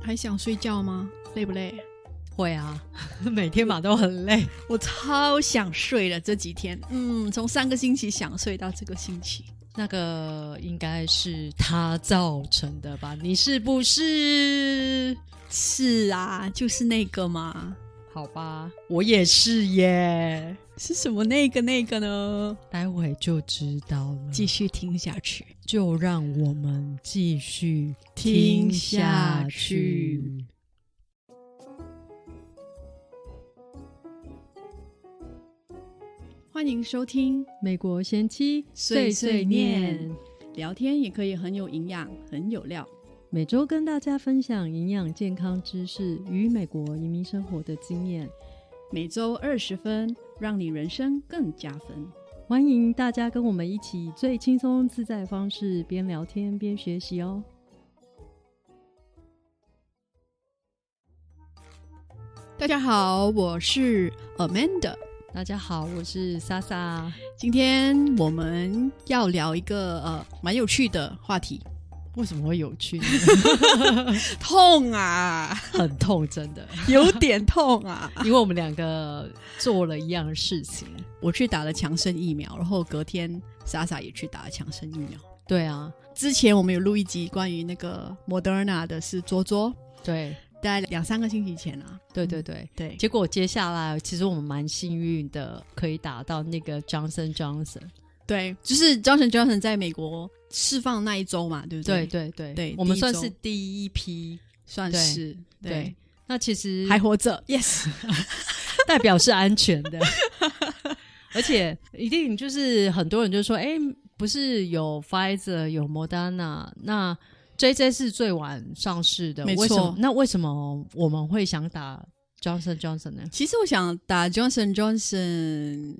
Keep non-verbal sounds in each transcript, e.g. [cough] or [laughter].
还想睡觉吗？累不累？会啊， [laughs] 每天嘛都很累。我超想睡了，这几天，嗯，从上个星期想睡到这个星期。那个应该是他造成的吧？你是不是？是啊，就是那个嘛。好吧，我也是耶。是什么那个那个呢？待会就知道了。继续听下去，就让我们继续听下去。欢迎收听《美国贤妻碎碎念》，聊天也可以很有营养，很有料。每周跟大家分享营养健康知识与美国移民生活的经验，每周二十分，让你人生更加分。欢迎大家跟我们一起以最轻松自在的方式边聊天边学习哦。大家好，我是 Amanda。大家好，我是莎莎。今天我们要聊一个呃蛮有趣的话题，为什么会有趣呢？痛啊，很痛，真 [laughs] 的， [laughs] 有点痛啊。因为我们两个做了一样的事情。我去打了强生疫苗，然后隔天莎莎也去打了强生疫苗。对啊，之前我们有录一集关于那个 Moderna 的是卓卓，对。大概两三个星期前啊，对对对、嗯、对。结果接下来，其实我们蛮幸运的，可以打到那个 Johnson Johnson。对，就是 Johnson Johnson 在美国释放那一周嘛，对不对？对对对对，我们算是第一批，算是嗯对。对那其实还活着，yes， [laughs] 代表是安全的。 [laughs] 而且一定就是很多人就说，哎，不是有 Pfizer 有 Moderna 那。J J 是最晚上市的，没错为什么。那为什么我们会想打 Johnson Johnson 呢？其实我想打 Johnson Johnson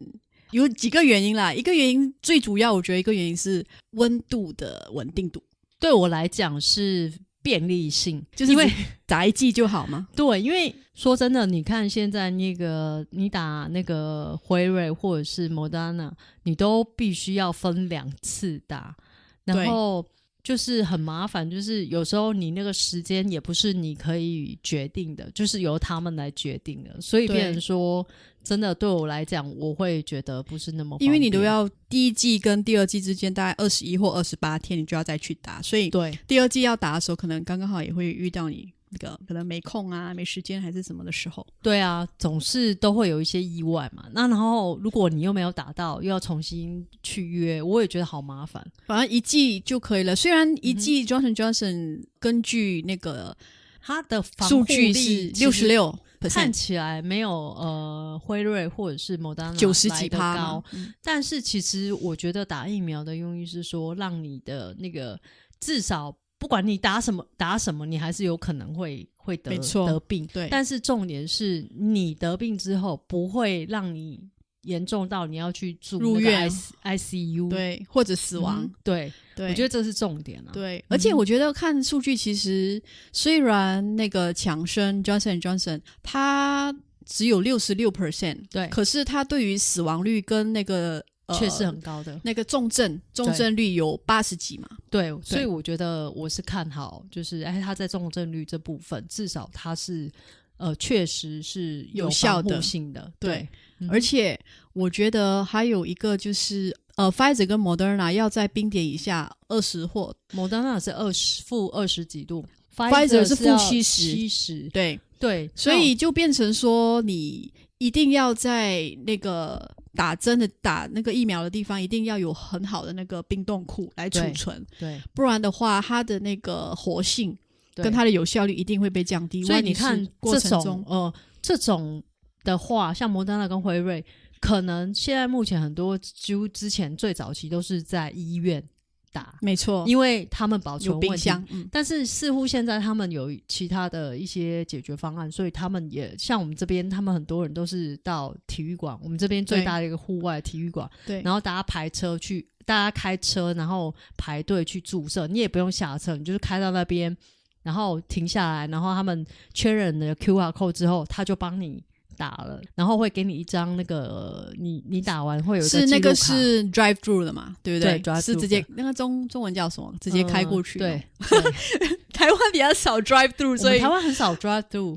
有几个原因啦，一个原因最主要，我觉得一个原因是温度的稳定度，对我来讲是便利性，就是因为打一剂就好嘛。对，因为说真的，你看现在那个你打那个辉瑞或者是 Moderna，你都必须要分两次打，然后。就是很麻烦，就是有时候你那个时间也不是你可以决定的，就是由他们来决定的。所以，变成说真的，对我来讲，我会觉得不是那么，因为你都要第一季跟第二季之间大概二十一或二十八天，你就要再去打。所以，对第二季要打的时候，可能刚刚好也会遇到你那个可能没空啊、没时间还是什么的时候。对啊，总是都会有一些意外嘛。那然后，如果你又没有打到，又要重新去约，我也觉得好麻烦。反正一季就可以了。虽然一季 Johnson Johnson 根据那个它的数据是六十六，看起来没有呃辉瑞或者是 Moderna 九十几趴高，嗯、但是其实我觉得打疫苗的用意是说，让你的那个至少不管你打什么打什么，你还是有可能会会得得病。对，但是重点是你得病之后不会让你。严重到你要去住入院 I C U，对，或者死亡，嗯、对，对，我觉得这是重点啊。对，而且我觉得看数据，其实、嗯、虽然那个强生 Johnson Johnson 它只有六十六 percent，对，可是它对于死亡率跟那个确实、呃、很高的那个重症重症率有八十几嘛对，对，所以我觉得我是看好，就是哎，它在重症率这部分，至少它是。呃，确实是有效的性的，对,对、嗯。而且我觉得还有一个就是，呃，Pfizer 跟 Moderna 要在冰点以下二十或，Moderna 是二十负二十几度，Pfizer 是负七十，七十，对对。所以就变成说，你一定要在那个打针的打那个疫苗的地方，一定要有很好的那个冰冻库来储存，对，对不然的话，它的那个活性。跟它的有效率一定会被降低，所以你看这种呃这种的话，像摩登纳跟辉瑞，可能现在目前很多几乎之前最早期都是在医院打，没错，因为他们保存冰箱、嗯，但是似乎现在他们有其他的一些解决方案，所以他们也像我们这边，他们很多人都是到体育馆，我们这边最大的一个户外体育馆，对，然后大家排车去，大家开车然后排队去注射，你也不用下车，你就是开到那边。然后停下来，然后他们确认了 QR code 之后，他就帮你打了，然后会给你一张那个你你打完会有是那个是 drive through 的嘛，对不对？呃对是直接那个中中文叫什么？直接开过去、哦嗯。对，对 [laughs] 台湾比较少 drive through，我所们以台湾很少 drive through，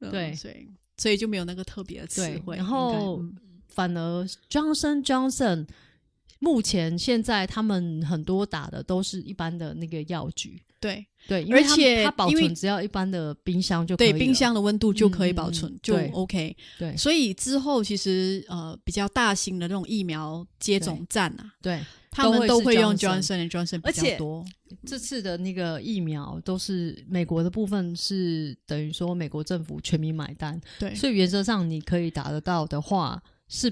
嗯对所以所以就没有那个特别的词对汇。然后应该嗯反而 Johnson Johnson 目前现在他们很多打的都是一般的那个药局，对对，因为而且它它保因为存只要一般的冰箱就可以对，了冰箱的温度就可以嗯保嗯存，嗯就对 OK。对所以之后其实呃比较大型的那种疫苗接种站啊，对。他们都都会会是用 Johnson Johnson Johnson 而比且较多。这次的那个疫苗都是美国的部分是等于说美国政府全民买单，对，所以原则上你可以打得到的话是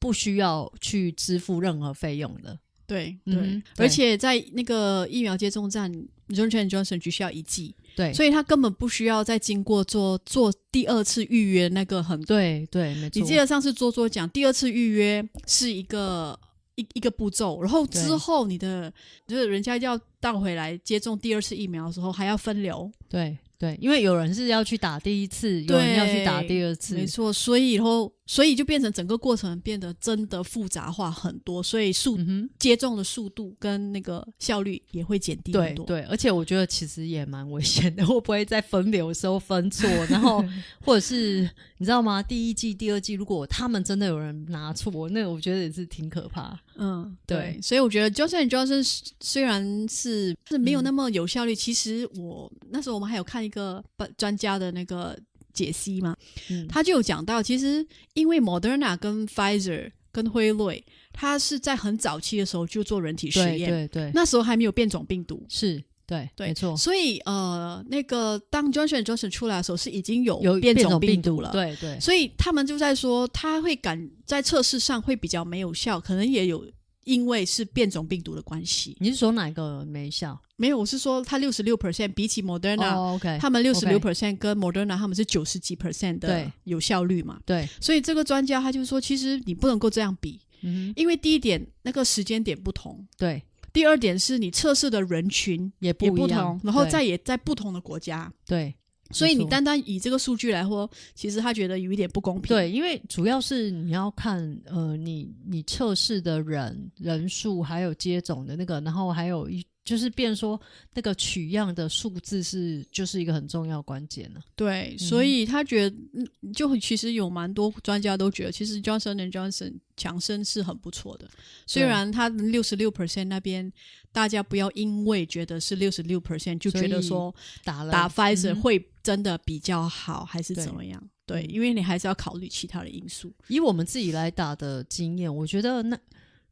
不需要去支付任何费用的。对嗯对、哼对而且在那个疫苗接种站，Johnson Johnson 只需要一剂，对，所以他根本不需要再经过做做第二次预约那个很。对对，没错。你记得上次做做讲，第二次预约是一个一一个步骤，然后之对后你的就是人家要倒回来接种第二次疫苗的时候还要分流，对对，因为有人是要去打第一次，有人要去打第二次没，错。所以以后所以就变成整个过程变得真的复杂化很多，所以速嗯哼，接种的速度跟那个效率也会减低对很多。对，而且我觉得其实也蛮危险的，会 [laughs] 不会在分流的时候分错，然 [laughs] 后或者是你知道吗？第一季、第二季，如果他们真的有人拿错，那我觉得也是挺可怕。嗯，对对，所以我觉得 Johnson Johnson 虽虽然是是没有嗯那么有效率，其实我那时候我们还有看一个专专家的那个解析嘛，嗯，他就有讲到，其实因为 Moderna 跟 Pfizer 跟辉瑞，它是在很早期的时候就做人体实对验，对对，那时候还没有变种病毒。是，对，对没错，所以，呃，那个当 Johnson Johnson 出来的时候，是已经有有变种种病毒了。对对所以他们就在说，他会感在测试上会比较没有效，可能也有因为是变种病毒的关系。你是说哪个没效？没有，我是说他六十六 percent 比起 Moderna，、哦，OK，他们六十六 percent 跟 Moderna 他们是九十几 percent 对的有效率嘛。对，所以这个专家他就说，其实你不能够这样比，嗯哼，因为第一点那个时间点不同，对，第二点是你测试的人群也也不一样同，，然后对再也在不同的国家。对。所以没你错单单以这个数据来说，其实他觉得有一点不公平。对，因为主要是你要看呃，你你测试的人人数，还有接种的那个，然后还有一就是变说那个取样的数字是就是一个很重要关键啊了、对，嗯哼所以他觉得，嗯就其实有蛮多专家都觉得，其实 Johnson and Johnson 强生是很不错的。虽然他六十六 percent 那边，大家不要因为觉得是六十六 percent 就觉得说打了打 Pfizer 嗯会真的比较好，还是对怎么样？对，嗯因为你还是要考虑其他的因素。以我们自己来打的经验，我觉得那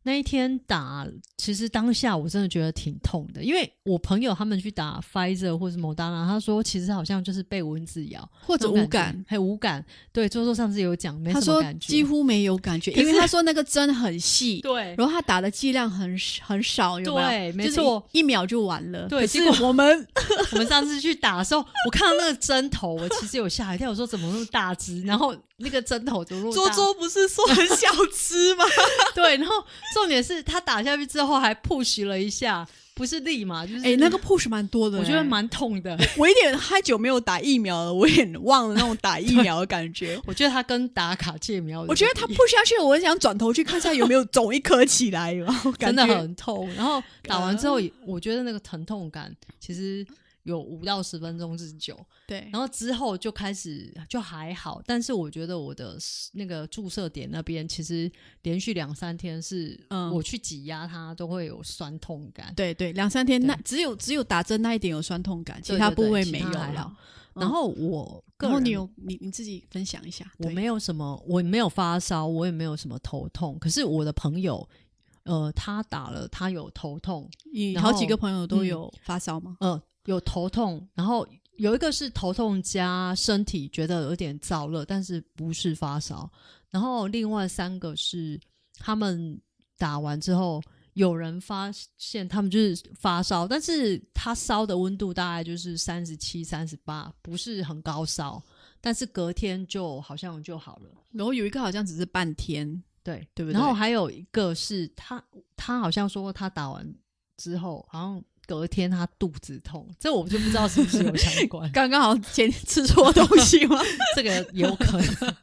那一天打，其实当下我真的觉得挺痛的，因为我朋友他们去打 Pfizer 或是 Moderna，他说其实好像就是被蚊子咬或或者无感，，还有无感。对，周周上次有讲，没他什么说感觉，几乎没有感觉，可是因为他说那个针很细， [laughs] 对然后他打的剂量很很少，有没有？对，没就是错。一一秒就完了。对可结是我 [laughs] 们我们上次去打的时候，我看到那个针头，我其实有吓一跳，我说怎么那么大只？然后那个针头怎么那么周 [laughs] 大？周不是说很小只吗？对，然后重点是他打下去之后还 push 了一下，不是立马就 [laughs] 是哎、那个 push 蛮多的、哎我觉得，蛮痛 [laughs] 的。我有点太久没有打疫苗了，我也忘了那种打疫苗的感 [laughs]。觉我觉得他跟打卡介苗有点不我一觉样，得他 push 下去了，我很想转头去看一下有没有肿一颗起来，然后感真的觉很痛。 [laughs] 然后打完之后也，我觉得那个疼痛感其实有五到十分钟之久。对然后之后就开始就还好，但是我觉得我的那个注射点那边其实连续两三天是，嗯我去挤压它都会有酸痛感。对对，两三天对那只有只有打针那一点有酸痛感，对其他对对部位其没他有还了好。然后我个嗯然后人你有你你自己分享一下，我对没有什么，我没有发烧，我也没有什么头痛。可是我的朋友，呃，他打了，他有头痛，你然好几后个朋友都嗯有发烧吗？呃，有头痛，然后有一个是头痛加身体觉得有点燥热，但是不是发烧。然后另外三个是他们打完之后，有人发现他们就是发烧，但是他烧的温度大概就是三十七、三十八，不是很高烧，但是隔天就好像就好了。然后有一个好像只是半天，对对不然后对还有一个是他，他好像说他打完之后，好像隔天他肚子痛，这我就不知道 [laughs] 是不是有相 [laughs] ，关刚刚好像前吃错东西吗？ [laughs] 这个有可能。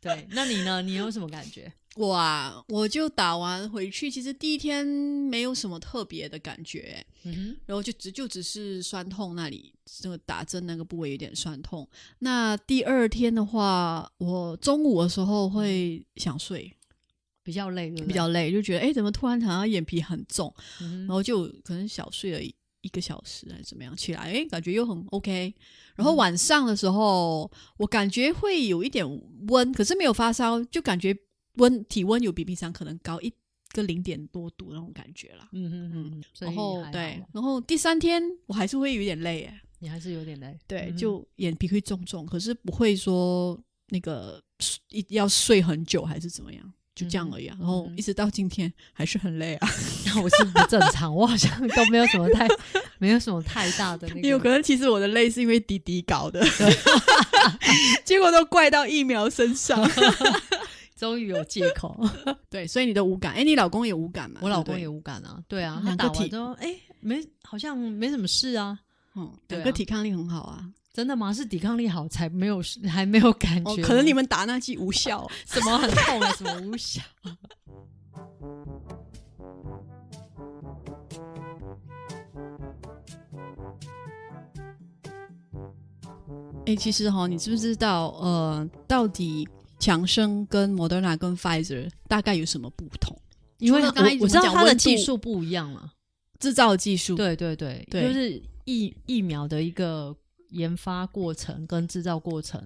对，那你呢？你有什么感觉？我啊，我就打完回去，其实第一天没有什么特别的感觉，嗯然后就只就只是酸痛那里，那个打针那个部位有点酸痛。那第二天的话，我中午的时候会想睡，哼，比较累，对不对比较累，就觉得哎，诶怎么突然好像眼皮很重，嗯然哼后就可能小睡了一一个小时还是怎么样，起来哎，感觉又很 OK。然后嗯晚上的时候，我感觉会有一点温，可是没有发烧，就感觉温体温有比平常可能高一个零点多度那种感觉啦。嗯哼嗯哼，所以然后还好啊对嘛，然后第三天我还是会有点累哎，你还是有点累，对，嗯就眼皮会重重，可是不会说那个一定要睡很久还是怎么样，就这样嗯而已啊。然后一直到今天还是很累啊，那 [laughs] 我是不正常，我好像都没有什么太没有什么太大的那因为可个，能其实我的累是因为滴滴搞 [laughs] 的，结果都怪到疫苗身上。终于有借 [laughs] 口。 [laughs] 对，所以你的无感，哎，你老公也无感嘛？我对老哦公不对也无感啊，对啊，他两个打完体之后，哎、没好像没什么事啊，嗯，对啊两个抵抗力很好啊。真的吗？是抵抗力好才没有还没有感觉哦吗、，可能你们打那剂无效。什么很痛啊，什么无 [laughs] 效。哎，其实哈、你知不知道呃，到底强生跟 Moderna 跟 Pfizer 大概有什么不同？因为除我了刚才我我们知道讲他的温度技术不一样嘛，制造技术，对对对，对就是疫疫苗的一个研发过程跟制造过程，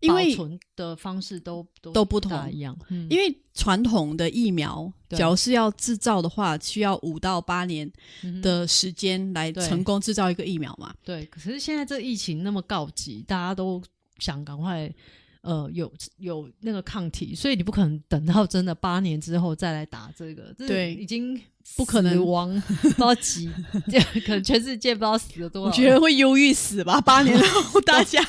因为保存的方式都都都不同大一样，嗯因为传统的疫苗，对只要是要制造的话，需要五到八年嗯哼的时间来对成功制造一个疫苗嘛。对，可是现在这疫情那么告急，大家都想赶快呃有有那个抗体，所以你不可能等到真的八年之后再来打这个，这对已经不可能死亡不知道几，这可能全世界不知道死了多我少人，觉得会忧郁死吧，八年 [laughs] 后大家。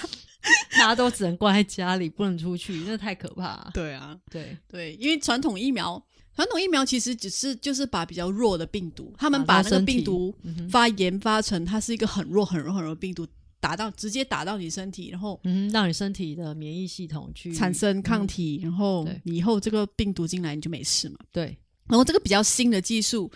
大家都只能关在家里，不能出去，那太可怕、对啊，对，对，因为传统疫苗，传统疫苗其实只是就是把比较弱的病毒，他们打把那到个身体病毒嗯发研发成它是一个很弱、很弱、很弱的病毒，打到直接打到你身体，然后。嗯，让你身体的免疫系统去产生抗体，然后嗯对你以后这个病毒进来你就没事嘛。对，然后这个比较新的技术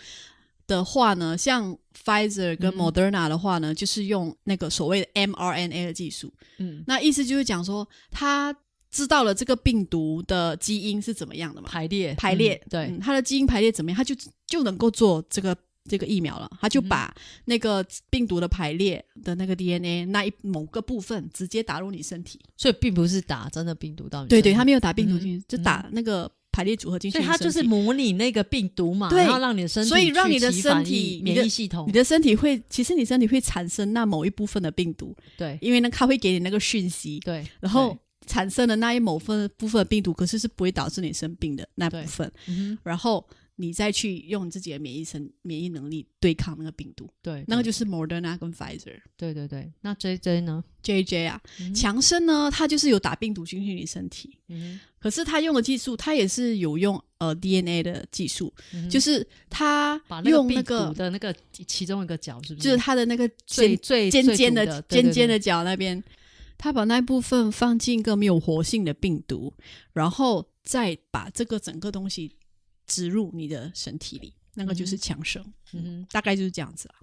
的话呢，像 Pfizer 跟嗯 Moderna 的话呢，就是用那个所谓的 mRNA 的技术。嗯，那意思就是讲说，他知道了这个病毒的基因是怎么样的嘛，排列排列，嗯对，嗯它的基因排列怎么样，他就就能够做这个。这个疫苗了，他就把嗯那个病毒的排列的那个 DNA 那一某个部分直接打入你身体。所以并不是打真的病毒到你对对，身体他没有打病毒进去，嗯就打那个排列组合进去所你以身它体。就是模拟那个病毒嘛，对然后让你的身体去所以让你的起反身体应你的免疫系统你，的身体会，其实你身体会产生那某一部分的病毒，对因为呢，它会给你那个讯息，对，然后产生的那一某份部分的病毒，可是是不会导致你生病的那部分，对嗯哼然后你再去用自己的免疫生免疫能力对抗那个病毒，对，那个对就是 Moderna 跟 Pfizer。对对对。那 J J 呢？ J J 啊，嗯强生呢，它就是有打病毒进去你身体，嗯可是它用的技术，它也是有用呃 DNA 的技术，嗯哼就是它把那个用病那毒个，的那个其中一个角，是不是？就是它的那个最最尖最尖毒的的尖尖，对对的对角那边，他把那部分放进一个没有活性的病毒，然后再把这个整个东西植入你的身体里，那个就是强生，嗯哼大概就是这样子啊。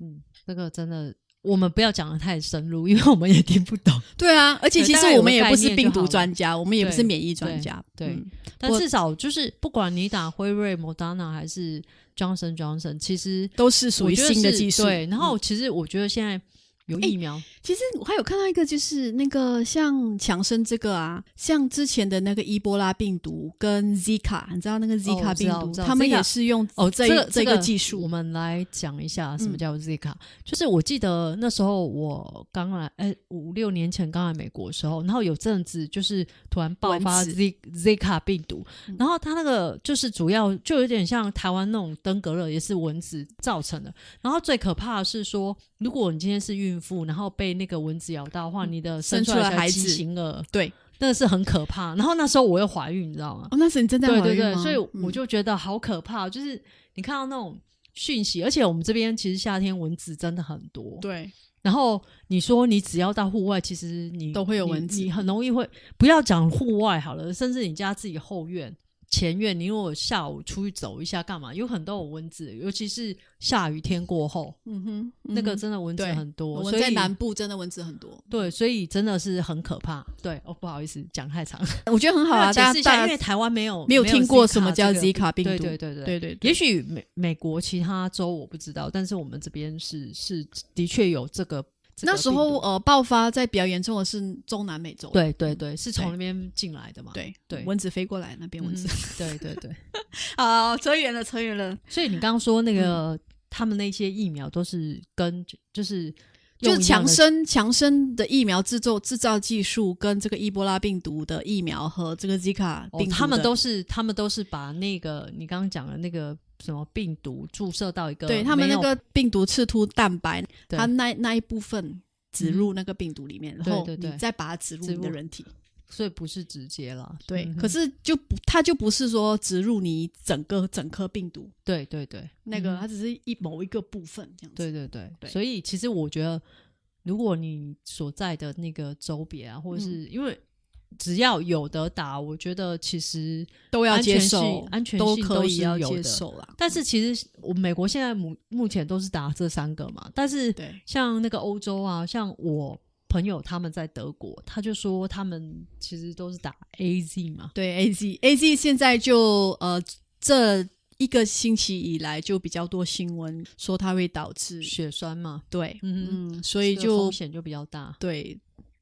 嗯，这个真的。我们不要讲的太深入，因为我们也听不懂。 [laughs] 对啊，而且对其大实概有我们个也概不是念就病好毒了专家，我们也不是对免疫专家，对嗯但我至少就是，不管你打辉瑞、莫达纳还是 Johnson Johnson，其实都是属我于觉得新的是技术。对，然嗯哎后其实我觉得现在有疫苗，其实我还有看到一个，就是那个像强生这个啊，像之前的那个伊波拉病毒跟 Zika，你哦知道那个 Zika 我知病道毒，我知道他们 Zika 也是用哦，这这一这个技术我们来讲一下什么嗯叫 Zika、就是我记得那时候我刚来，哎、五六年前刚来美国的时候，然后有阵子就是突然爆发蚊子 Z Zika 病毒，然后它那个就是主要就有点像台湾那种登革热，也是蚊子造成的。然后最可怕的是说，如果你今天是孕妇，然后被那个蚊子咬到的话，你的生嗯生出出来来的孩畸子形儿，对，那是很可怕。然后那时候我又怀孕，你知道吗？哦，那时你正在对怀对孕对，吗所以我嗯就觉得好可怕，就是你看到那种讯息，而且我们这边其实夏天蚊子真的很多，对然后你说你只要到户外，其实你都会有蚊子你，你很容易会不要讲户外好了，甚至你家自己后院、前院，你如果下午出去走一下干嘛，有很多有蚊子，尤其是下雨天过后，嗯哼，嗯哼那个真的蚊子对很多，我所们在以南部真的蚊子很多，对，所以真的是很可怕。对，哦，不好意思，讲太长。我觉得很好啊，解大家释一下，大因家为台湾没有没有听过什么 Zika 叫这个 Zika 病毒，对对对对对对对也许美美国其他州我不知道，但是我们这边是是的确有这个。这个那时候病毒呃，爆发在比较严重的是中南美洲，对对对，是从对那边进来的嘛？对对蚊子飞过来那边嗯，蚊子。对对 [laughs] 对。 [laughs] 啊，扯远了，扯远了，所以你刚刚说那个、嗯他们那些疫苗都是跟就是就用是一样强的生强生的疫苗制作制造技术跟这个伊波拉病毒的疫苗和这个 Zika 哦病毒的、他们都是他们都是把那个你刚刚讲的那个什么病毒注射到一个对他们那没有个病毒刺突蛋白，对嗯它那那一部分植入那个病毒里面，然对后对对你再把它植入植你的入人体。所以不是直接啦，对，嗯哼可是就不，它就不是说植入你整个整颗病毒，对对对，那个嗯它只是一某一个部分这样子。对对对，对所以其实我觉得，如果你所在的那个周边啊，或者是、因为只要有得打，我觉得其实都要安接全受性，安全都性可以是要有接的。受啦。但是其实我美国现在目目前都是打这三个嘛，但是对，像那个欧洲啊，像我朋友他们在德国，他就说他们其实都是打 A Z 嘛，对 A Z A Z 现在就呃这一个星期以来就比较多新闻说它会导致血栓嘛，对，嗯嗯，所以这个就风险就比较大。对。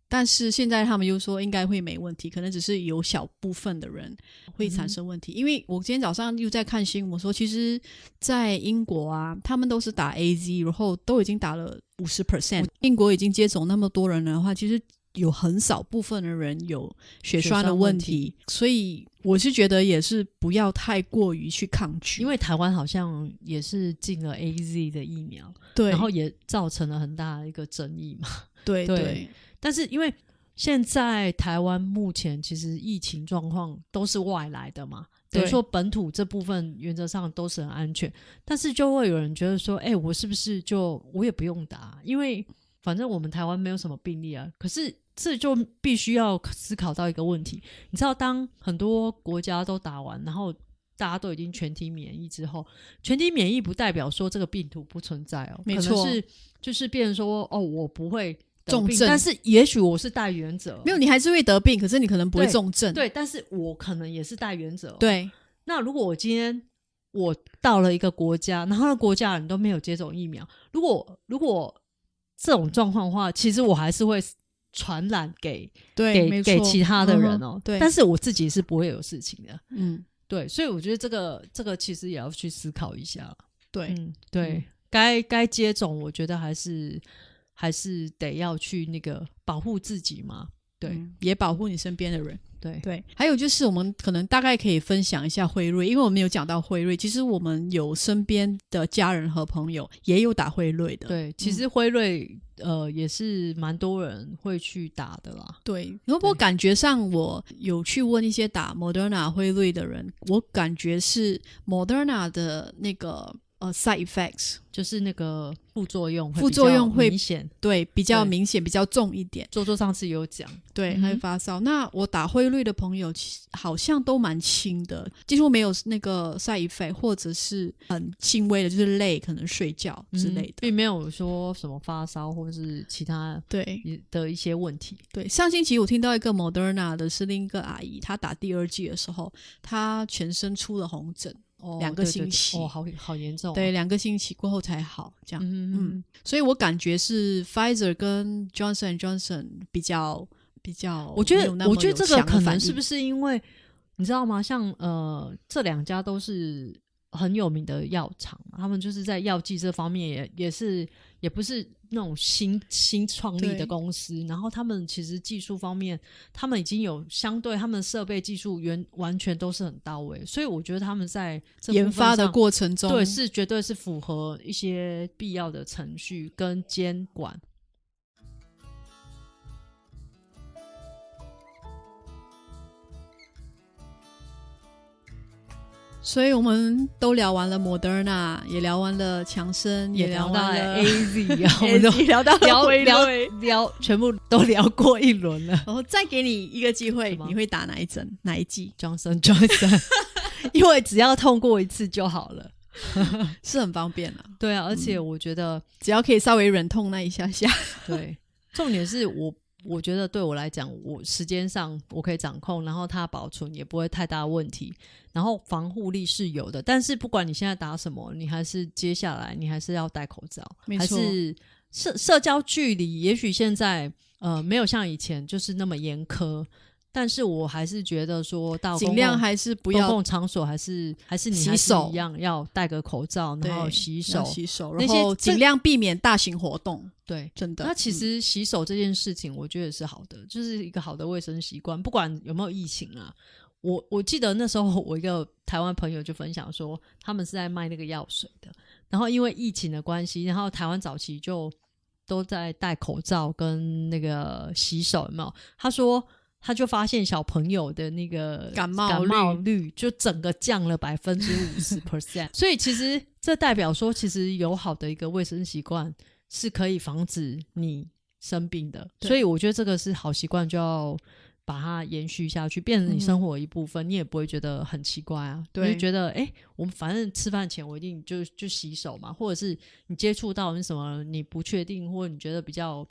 但是现在他们又说应该会没问题，可能只是有小部分的人嗯会产生问题。因为我今天早上又在看新闻说，其实，在英国啊，他们都是打 A Z，然后都已经打了五十 percent。英国已经接种那么多人了的话，其实有很少部分的人有血血栓的栓问问题，所以我是觉得也是不要太过于去抗拒，因为台湾好像也是进了 A Z 的疫苗，对，然后也造成了很大的一个争议嘛。对对对但是因为现在台湾目前其实疫情状况都是外来的嘛，等于对说本土这部分原则上都是很安全，但是就会有人觉得说，哎、我是不是就我也不用打，因为反正我们台湾没有什么病例啊。可是这就必须要思考到一个问题，你知道，当很多国家都打完，然后。大家都已经全体免疫之后，全体免疫不代表说这个病毒不存在哦，没可能错是就是变成说哦，我不会得重病症但是也许我是带原者，没有你还是会得病，可是你可能不会对重症，对，但是我可能也是带原者。，对那如果我今天我到了一个国家，然后那国家人都没有接种疫苗，如果如果这种状况的话，其实我还是会传染给对，没给给错其他的嗯哼人哦、对，但是我自己是不会有事情的。嗯。对，所以我觉得这个这个其实也要去思考一下。对，嗯，对嗯，该该接种，我觉得还是还是得要去那个保护自己嘛。对嗯也保护你身边的人。对，对，还有就是我们可能大概可以分享一下辉瑞，因为我们有讲到辉瑞，其实我们有身边的家人和朋友也有打辉瑞的。对，其嗯实辉瑞、呃也是蛮多人会去打的啦。对，然后我对感觉上，我有去问一些打 Moderna 辉瑞的人，我感觉是 Moderna 的那个呃 side effects 就是那个副作用会比较副作用会明显。对比较对明显，比较重一点。周周上次有讲，对，嗯哼还有发烧。那我打辉瑞的朋友其好像都蛮轻的，几乎没有那个晒衣费，或者是很轻微的，就是累，可能睡觉之类嗯的。并没有说什么发烧或是其他对的一些问题。对，上星期我听到一个 Moderna 的是另一个阿姨，她打第二剂的时候，她全身出了红疹，哦，两个对对星对期哦，好好严重、啊。对，，两个星期过后才好，这样。嗯嗯，所以我感觉是 Pfizer 跟 Johnson Johnson 比较比较，我觉得我觉得这个可能是不是因为你知道吗？像呃，这两家都是很有名的药厂嘛，他们就是在药剂这方面也也是也不是那种新新创立对的公司，然后他们其实技术方面，他们已经有相对他们设备技术原完全都是很到位，所以我觉得他们在这研部分发的上过程中，对是绝对是符合一些必要的程序跟监管。所以我们都聊完了 Moderna，也聊完了强生，也聊聊到完 [laughs] 了了 A Z 啊，我们都聊到了 [laughs] 聊辉聊瑞聊， [laughs] 全部都聊过一轮了。然后再给你一个机会什，么你会打哪一针哪一剂？ Johnson Johnson，因 [laughs] 为只要痛过一次就好了。是很方便了、对啊，而且我觉得，只要可以稍微忍痛那一下下。 [laughs] 对，重点是我我觉得对我来讲，我时间上我可以掌控，然后它的保存也不会太大问题，然后防护力是有的。但是不管你现在打什么，你还是接下来你还是要戴口罩，没还错是社社交距离，也许现在呃没有像以前就是那么严苛。但是我还是觉得说到 [laughs] 尽公量共还是不不要公共场所还是还是你洗还是手一样要戴个口罩，然后对洗要手。洗手，那然些后这尽量避免大型活动，对，真的。那其嗯、实洗手这件事情，我觉得是好的，就是一个好的卫生习惯，不管有没有疫情啊。我我记得那时候我一个台湾朋友就分享说，他们是在卖那个药水的，然后因为疫情的关系，然后台湾早期就都在戴口罩跟那个洗手，有没有？他说他就发现小朋友的那个感冒感率冒率就整个降了百分之五十 percent，所 [laughs] 以其实这代表说，其实有好的一个卫生习惯是可以防止你生病的，对所以我觉得这个是好习惯，就要把它延续下去，变成你生活的一部分，你也不会觉得很奇怪啊。嗯对你就觉得哎、诶我们反正吃饭前我一定就就洗手嘛，或者是你接触到什么你不确定或者你觉得比较。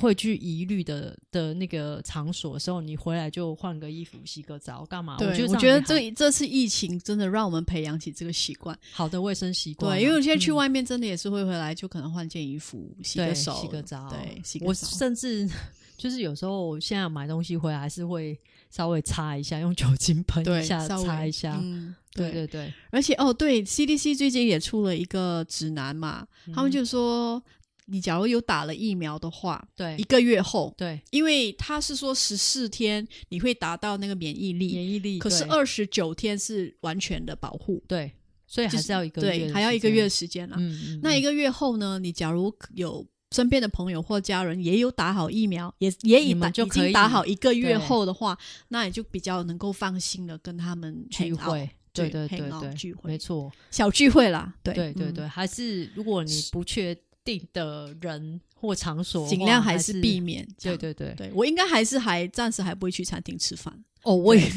会去疑虑的的那个场所的时候，你回来就换个衣服、洗个澡，干嘛？对，觉得我我觉得这这次疫情真的让我们培养起这个习惯。好的卫生习惯嘛。对，因为我现在去嗯外面真的也是会回来，就可能换件衣服、洗对个手、洗个澡，对，洗我个澡。甚至就是有时候现在买东西回来，还是会稍微擦一下，用酒精喷对，一下，稍微擦一下。嗯，对对对，而且哦，对，CDC 最近也出了一个指南嘛，他们嗯就说，你假如有打了疫苗的话，一对个月后，对因为他是说十四天你会达到那个免疫力，免疫力，可是对二十九天是完全的保护，对，所以还就是是要一个月对，的还要时一个间月的。时间啦。嗯，那一个个月后呢，你假如有身边的朋友或家人也有打好疫苗，也也你已们打就已可以经打好一个月对后的话，那你就比较能够放心的跟他们聚 hang out，会，对对 hang 对 out，对，聚会没错，小聚会啦，对对对嗯对，还是如果你不确定的人或场所的话，尽量还是是避。免这对样。对对， [laughs] 对，我应该还是还暂时还不会去餐厅吃饭。哦，我也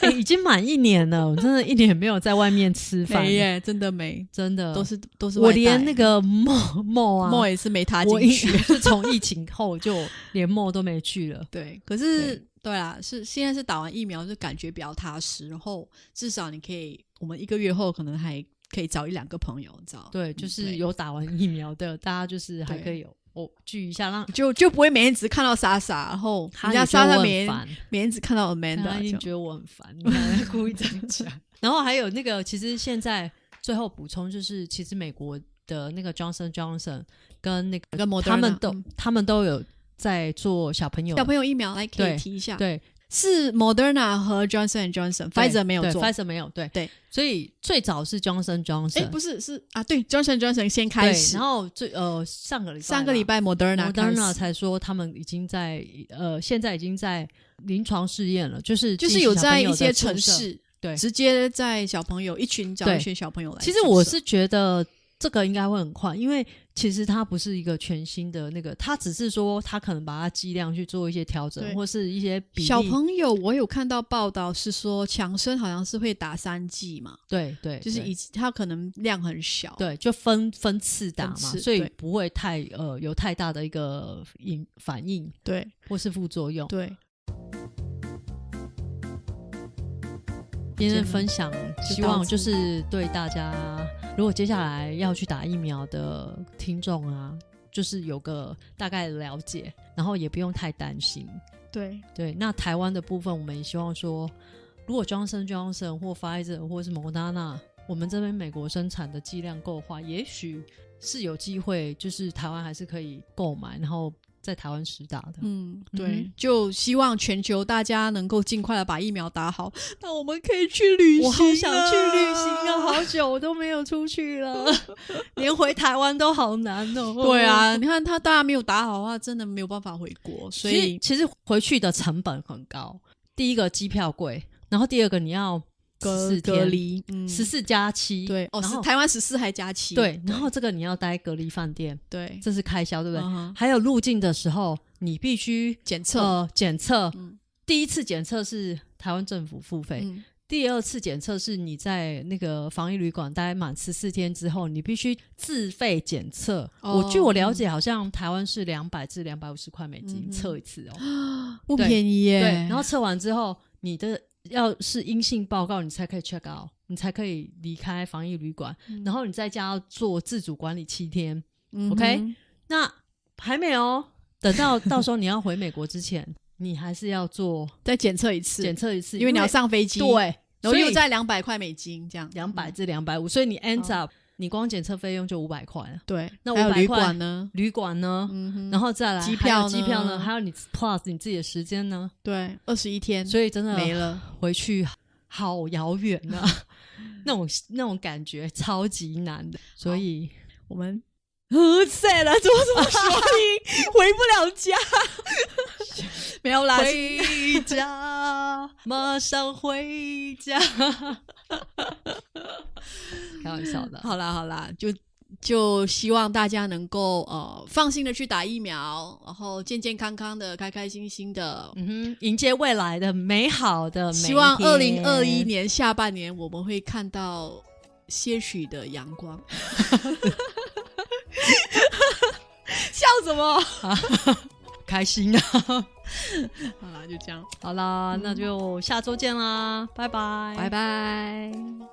哎已经满一年了，我真的一年没有在外面吃饭了，没耶，真的没，真的都是都是我外带连那个梦梦啊，莫也是没踏我进一去。 [laughs] 就从疫情后就连梦都没去了。对，可是对啦，是现在是打完疫苗就感觉比较踏实，然后至少你可以，我们一个月后可能还可以找一两个朋友，你知道？对，嗯就是对有打完疫苗的，大家就是还对可以有偶聚一下，让就就不会每天只看到莎莎，然后他人家也觉莎得莎我每很天烦，每天只看到他 Amanda，一定就觉得我很 [laughs] 烦，你看他故意这样讲。然后还有那个，其实现在最后补充就是，其实美国的那个 Johnson Johnson 跟那个跟 Moderna，他们都、嗯他们都有在做小朋友小朋友疫苗来可对以提一下，对是 Moderna 和 Johnson Johnson，Pfizer 没有做，Pfizer 没有对对，所以最早是 Johnson Johnson，哎，不是是啊，对，Johnson Johnson 先对，开始然，后最呃上个礼拜吧上个礼拜 Moderna 开 Moderna 始，才说他们已经在呃现在已经在临床试验了，就是就即是使有小在朋友一的些注城射。市对直接在小朋友一群找对一群小朋友来注射。其实我是觉得这个应该会很快，因为其实它不是一个全新的那个，它只是说它可能把它剂量去做一些调整，对或是一些比例。小朋友，我有看到报道是说，强生好像是会打三剂嘛，对对，就是对以他可能量很小，对，就分分次打嘛，分次所以对不会太呃有太大的一个影反应对或是副作用。对，今天的分享，就希到望此就是对大家，如果接下来要去打疫苗的听众啊，就是有个大概的了解，然后也不用太担心。对对，那台湾的部分，我们也希望说，如果 Johnson Johnson 或 Pfizer 或是 Moderna，我们这边美国生产的剂量够的话，也许是有机会，就是台湾还是可以购买，然后在台湾实打的。嗯，嗯对哼，就希望全球大家能够尽快的把疫苗打 [laughs] 好，那我们可以去旅行，我好想去旅行啊！！ [laughs] 好久我都没有出去 [laughs] 了，连回台湾都好难哦。对，啊，你看他大家没有打好的话，真的没有办法回国，所所以以其实回去的成本很高。第一个机票贵，然后第二个你要隔四隔天，离，嗯，十四加七，对，哦，然是后台湾十四还加七，对，然后这个你要待隔离饭店，对，这是开销，对不对？嗯哼还有入境的时候，你必须检测，呃检测，嗯第一次检测是台湾政府付费，嗯第二次检测是你在那个防疫旅馆待满十四天之后，你必须自费检测。哦我据我了解，好像台湾是两百至两百五十块美嗯金哼测一次哦。不对便宜耶，对，然后测完之后，你的要是阴性报告，你才可以 check out，你才可以离开防疫旅馆。嗯然后你在家要做自主管理七天。嗯哼 OK 那还没哦，等到到时候你要回美国之前，你还是要 [laughs] 做再检测一次，检测一次，因为你要上飞机，对，然后所以又在两百块美金这样，两百嗯至两百五，所以你 ends up、你光检测费用就五百块了。对，那还有500旅块馆呢，旅馆呢，嗯哼，然后再来机还有票机票呢，呢还有你 plus 你自己的时间呢，对，二十一天所以嗯真的嗯没了，回去好遥远 [laughs] 啊，那种那种感觉超级难的，所以 [laughs] 我们。呃，塞了，怎么这 [laughs] 么说你回不了家， [laughs] 没有啦，回家，马上回家， [laughs] 开玩笑的，好啦好啦，就就希望大家能够呃放心的去打疫苗，然后健健康康的，开开心心的。嗯哼，迎接未来的美好的每一天，希望二零二一年下半年我们会看到些许的阳光。 [laughs] 笑什么？ [laughs] 开心啊！好啦，就这样，好啦，那就下周见啦，拜拜，拜。拜。